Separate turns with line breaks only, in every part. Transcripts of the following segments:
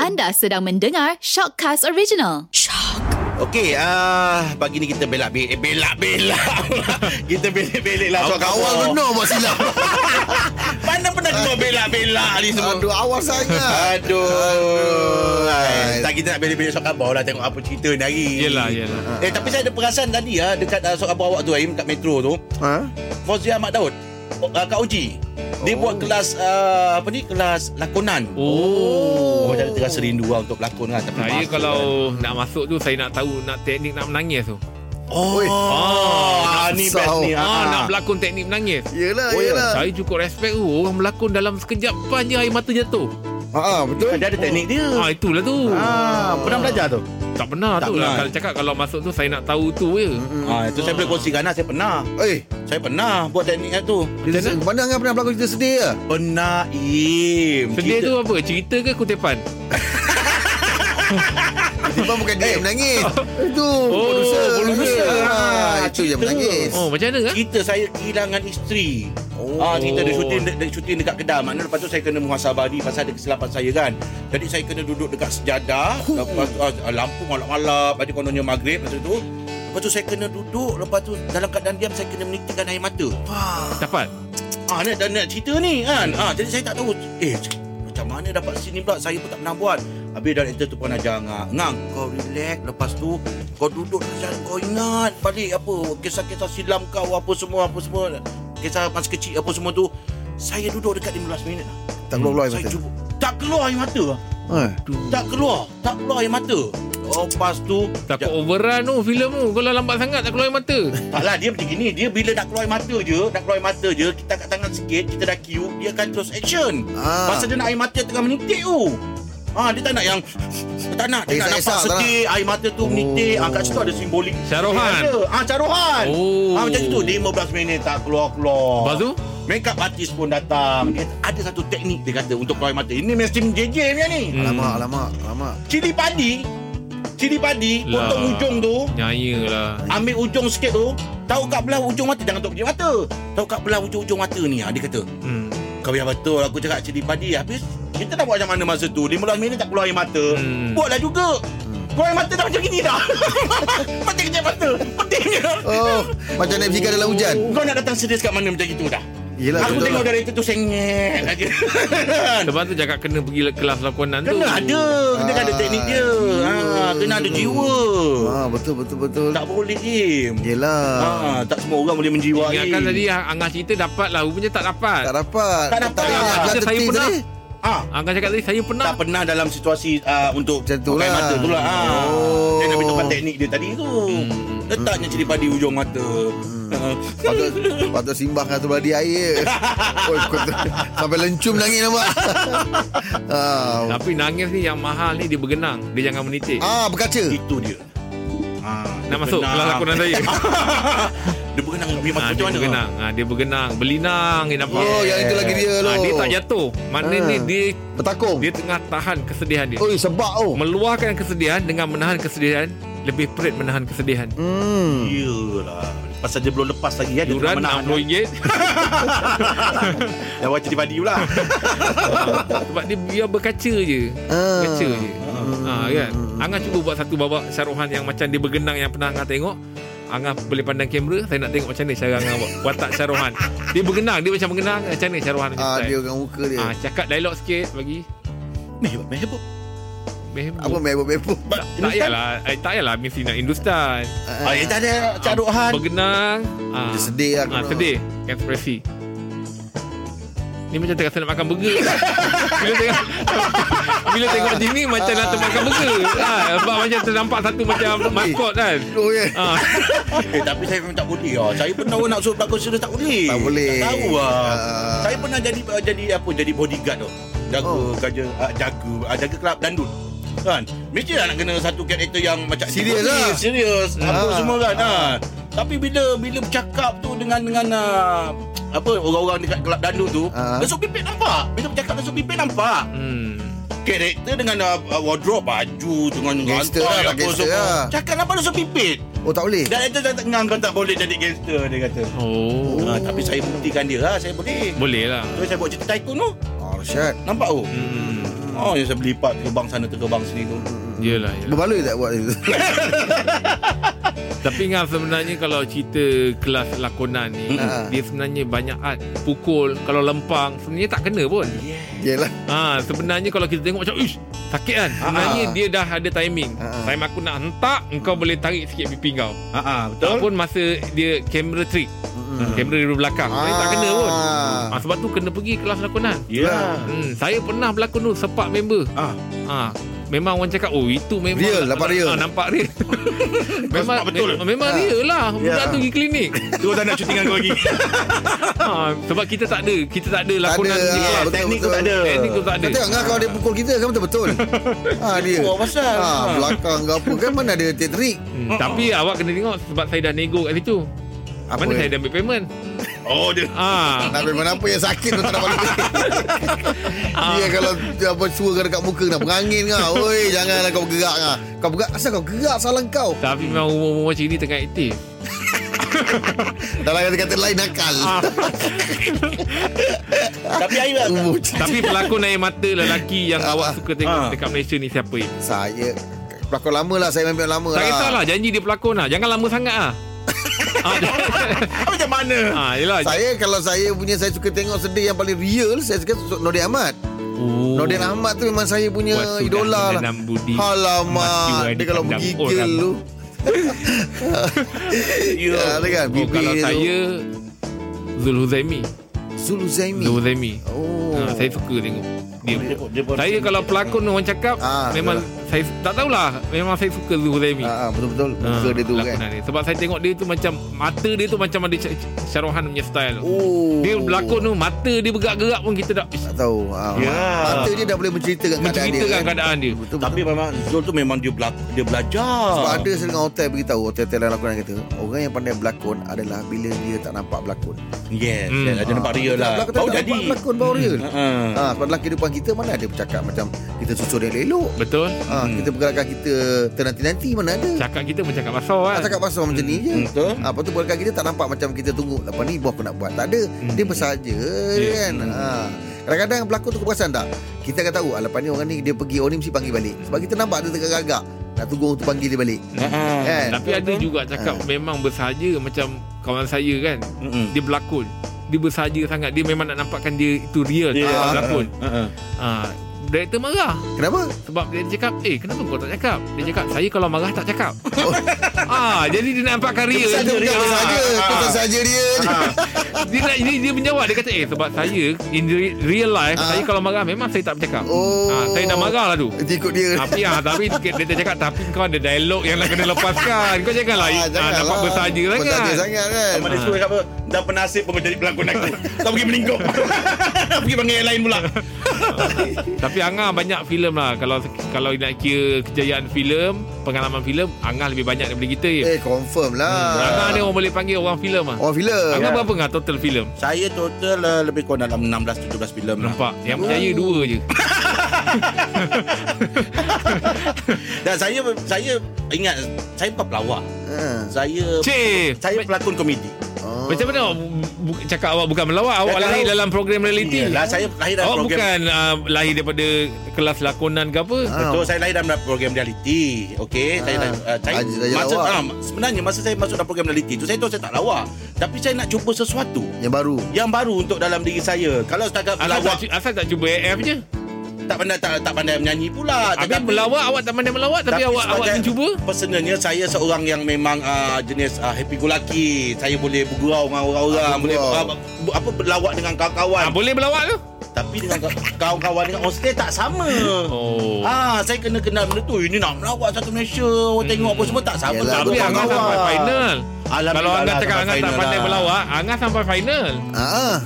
Anda sedang mendengar Shockcast Original.
Okey, ah pagi ni kita belak belak belak belak. kita belak-belak lah soal
Awal
kau.
benar buat silap
Mana pernah kau belak-belak ni semua?
Aduh awal sangat
Aduh. Ay, Tak kita nak belak-belak soal khabar lah tengok apa cerita ni hari.
Yelah, yelah.
Eh tapi saya ada perasan tadi ah dekat uh, soal khabar awak tu Aim kat metro tu,
ha?
Fauzia Ahmad Daud. Uh, Kak Uji. Dia
Oh.
buat kelas uh, apa ni? Kelas lakonan. Oh,
Oh.
jangan terasa rindu lah untuk berlakon kan. Tapi
Saya
masuk kan.
kalau nak masuk tu saya nak tahu nak teknik nak menangis tu.
Oh, oh ah, ni best ni.
Ah,
Ah,
nak berlakon teknik menangis.
Yelah
Oh, ya.
yelah
Saya cukup respect tu Orang berlakon dalam sekejap pan je air mata jatuh
ha, Betul
Kan Dia ada teknik dia.
Ah itulah
Oh.
tu
Ah, pernah belajar tu?
Tak pernah
Tak
tu lah
pernah.
Kalau cakap kalau masuk tu Saya nak tahu tu ya. je
Ah, itu saya boleh kongsikan lah. Saya pernah.
Eh
Saya pernah buat teknik kat tu.
dia se- Mana Angah pernah berlakon cerita sedih ke?
Pernah im.
Sedih tu apa? Cerita ke kutipan?
Tiba bukan dia yang menangis Eh, Itu Producer
producer.
Ah,
Oh, Ah,
Itu
cerita.
yang menangis
Oh macam mana kan?
Kita saya kehilangan isteri.
Oh.
Ah, cerita dia syuting dia syuting dekat Kedah. Maknanya lepas tu saya kena muhasabah dia pasal ada kesilapan saya kan. Jadi saya kena duduk dekat sejadah, lepas tu ah, lampu malap-malap, ada kononnya maghrib lepas tu. Lepas tu saya kena duduk, lepas tu dalam keadaan diam saya kena menitikkan air mata.
Dapat?
Ah, ni dan nak cerita ni kan. Ah, jadi saya tak tahu eh macam mana dapat sini pula saya pun tak pernah buat. Habis dan editor tu pun ajar ngak. Ngang kau relax lepas tu kau duduk dan kau ingat balik apa kisah-kisah silam kau apa semua apa semua kisah masa kecil apa semua tu. Saya duduk dekat 15 minit. lah.
Tak keluar-keluar air
Saya
mata
cuba tak keluar air mata. lah.
Ha.
Tak keluar, tak keluar air mata. Lepas tu
Takut overrun tu filem tu Kalau lambat sangat tak keluar air mata
Taklah lah, dia macam gini Dia bila nak keluar air mata je Nak keluar air mata je Kita angkat tangan sikit Kita dah cue Dia akan terus action
Ah.
Pasal dia nak air mata tengah menitik tu Ah, dia tak nak yang tak nak dia
Dia
nak
tak
nampak
kisah, tak
sedih air mata tu menitik ah kat situ ada simbolik
Carohan.
Dia ada. ah carohan
Oh.
ah macam itu 15 minit tak keluar-keluar
Lepas tu?
make up artist pun datang dia ada satu teknik dia kata untuk keluar air mata ini mesti JJ punya ni
Hmm.
Alamak alamak Alamak
cili padi cili padi
Lah.
potong ujung tu
Nyaya lah
Ambil ujung sikit tu Tahu kat belah ujung mata Jangan tahu kecil mata Tahu kat belah ujung-ujung mata ni ah, Dia kata
hmm.
Kau yang betul Aku cakap cili padi Habis Kita nak buat macam mana masa tu 15 minit tak keluar air mata
Hmm.
Buatlah juga Keluar air mata dah macam gini dah Mata kecil mata Pentingnya
Oh Macam naik bisikan dalam hujan
Kau nak datang serius kat mana macam itu dah
Yelah
Aku
betul
tengok
lah.
dari itu tu sengit aja
Sebab tu cakap kena pergi le- kelas lakonan tu
Kan? Kena ada Kena ada teknik dia ha, Kena ada jiwa
Ah, Betul betul betul Ya.
Tak boleh game
Yelah
ha, Tak semua orang boleh menjiwai
Ingatkan tadi ah, Angah cerita dapat lah Rupanya tak dapat
Tak dapat
Tak dapat.
ingat
Kita
pula
saya
tertib
pernah.
tadi.
Ah,
Angah cakap tadi Saya pernah
tak pernah dalam situasi uh, untuk
Macam tu
pakai
lah.
mata tu lah. Ha.
Oh.
Dia nak betulkan teknik dia tadi tu.
Hmm.
Letaknya cili padi ujung mata. Hmm.
Patut, patut simbah kat belah dia air Oi, kau tu- Sampai lencum nangis nampak ah,
Tapi nangis ni yang mahal ni Dia bergenang Dia jangan menitik
ah, berkaca
Itu dia. Ha, dia
Nak masuk
berenang.
kelas lakonan saya
Dia berenang nak pergi
Ah,
masuk Ah,
dia
macam mana?
bergenang ha, Dia bergenang Berlinang Dia nampak
Oh, yang itu lagi dia
Ah,
lo.
Dia tak jatuh Maknanya
Ah.
ni dia
Bertakung
Dia tengah tahan kesedihan dia
Oi, sebab oh
Meluahkan kesedihan Dengan menahan kesedihan Lebih perit menahan kesedihan
Hmm.
Yalah. Pasal dia belum lepas lagi ya. Dia
Yuran
tengah menahan.
RM60
eh.
Dah lah. buat cili padi pula.
Sebab dia biar berkaca je
Ah.
Kaca je ha, kan?
Hmm,
Angah cuba buat satu babak syaruhan Yang macam dia bergenang Yang pernah Angah tengok Angah boleh pandang kamera Saya nak tengok macam mana Cara Angah buat Watak syaruhan Dia bergenang Dia macam bergenang eh, Macam mana syaruhan punya
Ah,
style.
dia orang muka dia.
Ah, cakap dialog sikit bagi
Mehbab, mehbab.
Mehbub.
Apa mebok-mebok.
tak, tak payahlah eh, Tak payahlah Mesti nak Hindustan
Ah, eh, tak ada Cak Rohan.
Bergenang ah,
Dia sedih lah
ah,
kena.
Sedih Ekspresi Ni macam terasa nak makan burger Bila tengok Bila tengok sini Macam nak termakan burger ah, Sebab macam ternampak Satu macam maskot kan
Oh, ya.
ah,
Eh, tapi saya memang tak boleh lah. Saya pernah nak suruh pelakon serius tak boleh.
Tak boleh.
Tak tahu lah.
Ah.
Saya pernah jadi jadi apa jadi bodyguard tu. Jaga
Oh.
oh. jaga uh, jaga uh, jaga kelab dandun. Kan? Mesti lah nak kena satu karakter yang macam
Serius lah.
Serius. Apa
Ah.
semua kan. Ha. Tapi bila bila bercakap tu dengan dengan uh, apa orang-orang dekat kelab dandun tu,
Ah.
besok pipit nampak. Bila bercakap besok pipit nampak
hmm.
karakter dengan uh, uh, wardrobe baju dengan
Gangster
lantai,
lah,
apa
gangster
semua.
lah.
Cakap apa lu sepipit?
Oh, tak boleh.
Dan itu dah tengah kau Eh, tak boleh jadi gangster dia kata.
Oh
Ha, tapi saya buktikan dia lah, saya boleh.
Boleh lah
So saya buat cerita tycoon tu.
Oh, Syat.
Nampak tu?
hmm.
Ha, Oh, yang saya berlipat terbang sana terbang sini tu.
Yelah, yelah.
Berbaloi tak buat itu
Tapi ngam sebenarnya kalau cerita kelas lakonan ni,
Ha.
dia sebenarnya banyak art pukul, kalau lempang sebenarnya tak kena pun.
Yelah
Ha, sebenarnya kalau kita tengok macam ish sakit kan. Sebenarnya
Ha.
dia dah ada timing.
Ha.
Time aku nak hentak, engkau boleh tarik sikit pipi kau.
Ha ah, betul.
Tak pun masa dia kamera trick.
Ha.
Kamera dari belakang. Saya tak kena pun.
Ah.
Ha, sebab tu kena pergi kelas lakonan.
Ya.
Hmm, saya pernah berlakon tu sepak member.
Ah,
Ha, memang orang cakap oh itu memang
Real, nampak real. Ah.
Ha, nampak real. memang
nampak betul.
me- memang real lah. Budak
Ya.
tu pergi klinik.
tu tak nak cuti dengan kau lagi.
ha, sebab kita tak ada, kita tak ada lakonan
ada,
di
ha,
kelas.
betul,
Teknik tu
betul.
tak ada.
Teknik tu tak ada.
Kau tengok kan kalau dia pukul kita kan betul-betul ha, dia
Oh, pasal.
ha,
Ha.
Belakang ke apa kan mana ada tetrik
Hmm, tapi awak kena tengok sebab saya dah nego kat situ.
Ah. Apa
Mana
dia?
saya dah ambil payment?
Oh, dia
Ah.
Nak memang apa yang sakit tu tak dapat balik
Ah.
Dia kalau apa suruh kau dekat muka Nak berangin kau Oi janganlah kau bergerak kau Kau bergerak Asal kau gerak salah kau
Tapi memang umur-umur macam ni tengah aktif.
Dalam kata-kata lah, lain nakal
Ah.
tapi air lah.
Umur
Tapi pelakon air mata lelaki yang awak suka tengok
Ah.
dekat Malaysia ni siapa?
Saya Pelakon lama lah Saya memang lama
Tak
lah
kisahlah janji dia pelakon lah. Jangan lama sangat ah. ah,
Macam mana?
ah, yelah.
Saya kalau saya punya Saya suka tengok sedih Yang paling real Saya suka tengok Nordin Ahmad
Oh.
Nordin Ahmad tu memang saya punya
Waktu dah
Idola lah
menanam budi, mati
Alamak
orang
Dia kalau
dipandang
menggigil
orang.
tu
Ya.
Ya, tu kan
Oh,
bibir
kalau
tu.
saya Zul Huzaimi.
Zul Zaimi
Zul Huzaimi.
Oh
Ah, saya suka tengok dia.
Dia pun- dia pun-
Saya kalau pelakon orang cakap
Ah,
memang saya tak tahulah memang saya suka Zul Huzaimi.
Ah, ah, Betul-betul Muka
Ah,
dia tu kan
lakonan dia. Sebab saya tengok dia tu macam mata dia tu macam ada Sy- Syarohan punya style.
Oh
Dia berlakon tu mata dia bergerak-gerak pun kita dah
Tak tahu ah,
Ya.
Mata dia dah boleh menceritakan keadaan dia kan?
menceritakan keadaan dia.
Betul,
Tapi
betul.
memang Zul tu memang dia, bela- dia belajar.
Sebab ada saya dengan hotel beritahu Hotel-hotel yang lakonan kata Orang yang pandai berlakon Adalah bila dia tak nampak berlakon Ah,
Yes,
Hmm.
yes. Ada nampak real lah.
Berlakon tak
Baru
nampak
jadi.
Berlakon baru real
Ha-ha.
ha, Sebab dalam kehidupan kita Mana ada bercakap macam Kita susun dia elok
Betul?
ha, Kita pergerakan kita Ternanti-nanti mana ada
Hmm. Cakap kita pun cakap pasal kan.
Tak Ah, cakap pasal macam ni je
Betul.
Ha, lepas tu pergerakan kita tak nampak macam kita tunggu Lepas ni bos aku nak buat Tak ada Dia bersahaja
Hmm. Ya.
kan ha. Kadang-kadang pelakon tu kau perasan tak Kita akan tahu ah, Lepas ni orang ni dia pergi Orang ni mesti panggil balik Sebab kita nampak dia tergagak Nak tunggu orang tu panggil dia balik
Ha-ha.
Kan
Tapi ada juga cakap
Ah.
memang bersahaja macam kawan saya kan.
Mm-mm.
Dia berlakon. Dia bersahaja sangat. Dia memang nak nampakkan dia itu real.
Ya.
Yeah. Tak
Ah.
berlakon.
Ha-ha.
Ah, Director marah
Kenapa?
Sebab dia cakap Eh kenapa kau tak cakap Dia cakap Saya kalau marah tak cakap
Oh.
ah, Jadi dia nak nampakkan real
Saja bukan
Ah.
saja Kita saja dia je.
dia, nak, dia, dia menjawab Dia kata eh sebab saya In re- real life
Ah.
Saya kalau marah Memang saya tak bercakap
Oh.
Ah, Saya dah marah lah tu
Dia ikut dia
tapi ah, tapi dia dia cakap tapi kau ada dialog yang nak kena lepaskan. Kau janganlah ah, jangan nampak bersahaja sangat.
lah. Bersahaja sangat kan
Sama lah. dia Eh, suruh apa Dah penasib pun kau jadi pelakon aku Tak pergi meningkop Pergi panggil yang lain pula
Tapi Angah banyak filem lah kalau kalau nak kira kejayaan filem, pengalaman filem, Angah lebih banyak daripada kita ya.
Eh confirm
Angah
lah Oh,
ni orang boleh panggil orang filem Hmm, ah.
Orang filem
Angah
ya.
berapa ngah total filem?
Saya total uh, lebih kurang dalam 16-17 filem lah
Nampak yang percaya dua je.
Dan saya saya ingat Saya bukan pelawak
Ha.
Saya
Cik.
saya pelakon komedi
Oh.
Macam mana awak bu- bu- cakap awak bukan melawak, awak
Cakap
lahir
awak-
dalam program reality.
Yalah, saya lahir dalam
Awak
program
bukan uh, lahir daripada kelas lakonan ke apa?
Ah.
Betul, saya lahir dalam program reality. Okey, saya
Ah.
lahir, uh, saya
Ajar- ajar
masa
lawak.
ah, sebenarnya masa saya masuk dalam program reality tu saya tahu saya tak lawak, tapi saya nak cuba sesuatu
Yang baru
yang baru untuk dalam diri saya. Kalau setakat
Asal tak,
melawak
cu- asal tak cuba AF je.
tak pandai tak, tak pandai menyanyi pula.
Habis
Tetapi-
melawak awak tak pandai melawak tapi, awak awak
sebagai-
mencuba.
Personalnya saya seorang yang memang uh, jenis uh, happy go lucky. Saya boleh bergurau dengan orang-orang,
Ah,
boleh
bergurau.
uh, bu- apa berlawak dengan kawan-kawan.
Ah, boleh melawak ke?
Tapi dengan ka- kawan-kawan dengan on stage tak sama.
Oh.
Ah, saya kena kenal benda tu. Ini nak melawak satu Malaysia. Orang tengok apa semua tak sama.
Yelah,
tak
Hmm. Tapi
betul.
Angah
berkawan.
sampai final.
Alhamdulillah
Kalau Angah
lah, sampai
cakap Angah tak
final
pandai
lah.
melawak, Angah sampai final.
Ah,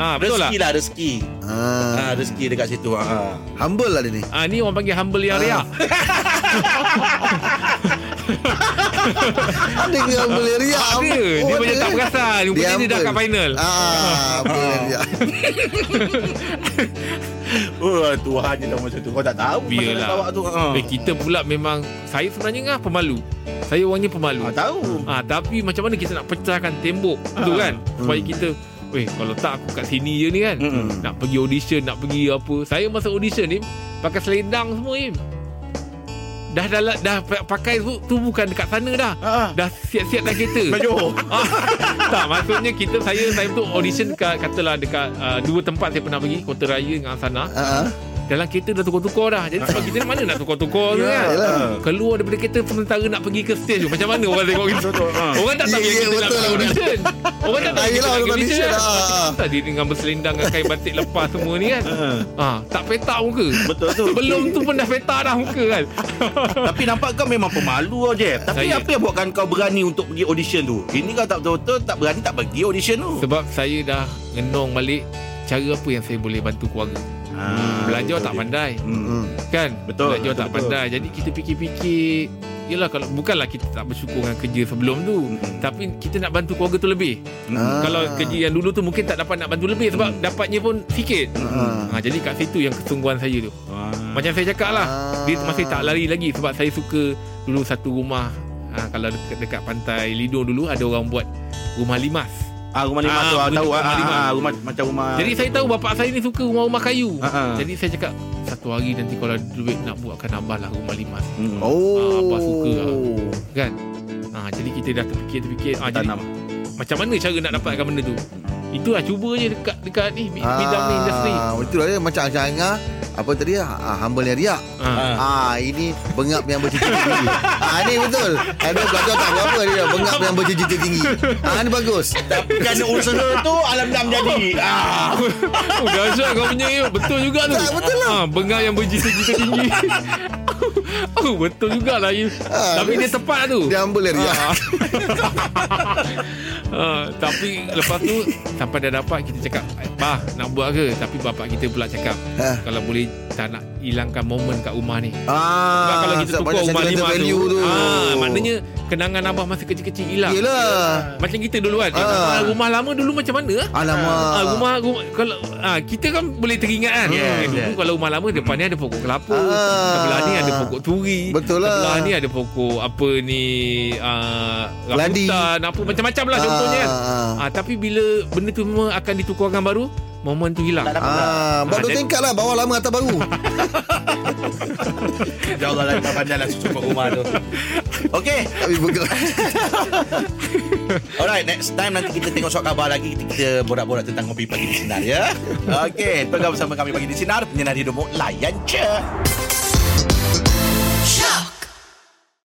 Ah, betul lah.
Rezeki lah rezeki.
ah.
Ah, rezeki dekat situ. Ah.
Humble lah dia ni
Ah, ni orang panggil humble yang riak.
Ada ke humble yang riak
Ada.
Humble.
Dia
Oh,
macam
ada.
tak perasan. Rupanya dia dah
humble.
kat final.
Ah, Humble yang riak
Oh, Tuhan je dah macam tu. Kau tak tahu. pasal
Biarlah.
Melawak tu. Ah.
Eh, kita pula memang saya sebenarnya ngah pemalu. Saya orangnya pemalu.
Ah, tahu. Hmm.
Ah, tapi macam mana kita nak pecahkan tembok tu kan supaya kita Weh kalau tak aku kat sini je ni kan
Mm-mm.
Nak pergi audition Nak pergi apa Saya masa audition ni Pakai selendang semua ni Dah dah, dah, dah pa- pakai tu, tu bukan dekat sana dah
Ah.
Dah siap-siap dah kereta
Baju.
Ah, tak maksudnya kita saya saya tu audition kat, katalah dekat uh, dua tempat saya pernah pergi Kota Raya dengan sana
Ah,
dalam kereta dah tukar-tukar dah jadi sebab kita ni mana nak tukar-tukar tu kan
Ya, yalah.
keluar daripada kereta sementara nak pergi ke stage tu macam mana orang tengok kita orang tak tahu
Ya,
yang
ya,
kita nak
betul lah,
pergi audition orang tak tahu
Ah, yelah,
kita nak pergi
orang
audition
audition, ah, ah.
tadi dengan berselendang dengan kain batik lepas semua ni kan
Ah.
ah tak petak muka
Betul tu.
sebelum tu pun dah petak dah muka kan
Tapi nampak kau memang pemalu lah Jeff Tapi
Saya-
apa yang buatkan kau berani untuk pergi audition tu Ini kau tak betul-betul tak berani tak pergi audition tu
sebab saya dah ngenong balik cara apa yang saya boleh bantu keluarga
Ah, betul,
belajar tak
Jeff.
pandai
Hmm.
hmm.
Kan
Betul,
Belajar
betul,
tak
betul.
pandai Jadi kita fikir-fikir Yelah kalau Bukanlah kita tak bersyukur Dengan kerja sebelum tu
Mm-mm.
Tapi kita nak bantu keluarga tu lebih
hmm.
Ah.
Kalau kerja yang dulu tu Mungkin tak dapat nak bantu lebih Sebab
Mm.
dapatnya pun sikit
Ah.
ha, Jadi kat situ yang kesungguhan saya tu
Ah.
Macam saya cakap lah
Ah.
Dia masih tak lari lagi Sebab saya suka Dulu satu rumah ha, Kalau dekat, dekat pantai Lido dulu Ada orang buat Rumah limas
Ah, rumah lima tu ah,
Ah,
tahu ah,
rumah
ah,
lima.
ah, rumah macam rumah
Jadi saya tahu bapak saya ni suka rumah-rumah kayu.
Ha, ha.
Jadi saya cakap satu hari nanti kalau ada duit nak buatkan abah lah rumah limas
Hmm.
Oh.
Ah, abah suka lah. kan. Ha, jadi kita dah terfikir-terfikir ha, jadi,
tanam.
macam mana cara nak dapatkan benda tu. Itulah cuba je dekat dekat ni bi- bidang ni industri.
Ah, Betul lah dia macam Aisyah Angah apa tadi ah, humble yang riak.
Ha.
Ah, ini bengap yang bercucu tinggi. Ah, ni betul. Ada kata tak buat apa dia bengap yang bercucu tinggi. Ah, ni bagus.
Kerana usaha tu alam dam jadi. Ah.
Oh, dahsyat kau punya ya. Betul juga tu.
Tak, betul
lah. Ha, bengal yang berjita-jita tinggi. oh, betul jugalah ya.
Ah,
Tapi dia tepat tu.
Dia ya. humble yang riak.
Ah. Ah, tapi lepas tu sampai dah dapat kita cakap, "Bah, nak buat ke?" Tapi bapak kita pula cakap,
Ah.
"Kalau boleh tak nak hilangkan momen kat rumah ni."
Ah,
Sebab kalau kita
sebab
tukar
banyak
rumah
sentimental
lima tu,
value
Ah, maknanya kenangan abah masa kecil-kecil hilang.
Yelah.
Macam kita dulu kan.
Ah.
Ah, rumah lama dulu macam mana? ah?
Alamak.
Ah, rumah, rumah kalau ah, kita kan boleh teringat kan.
Yes,
Dulu
yes.
kalau rumah lama depan ni ada pokok kelapa,
Hmm, Ah.
sebelah ni ada pokok turi,
Betul lah.
sebelah ni ada pokok apa ni ah,
Keladi.
rambutan, apa macam-macam lah contohnya kan.
Ah.
Ah, tapi bila benda tu memang akan ditukarkan baru, momen tu hilang.
Ah, buat
Ah,
dua
jadi-
tingkat lah Bawah lama atas baru
Ya Allah lah kau pandai lah susun kat rumah tu. Okey.
Tapi bukan
Alright, next time nanti kita tengok surat khabar lagi kita, kita borak-borak tentang kopi pagi di sinar ya. Okey, tengah bersama kami pagi di sinar penyinari hidupmu layan je.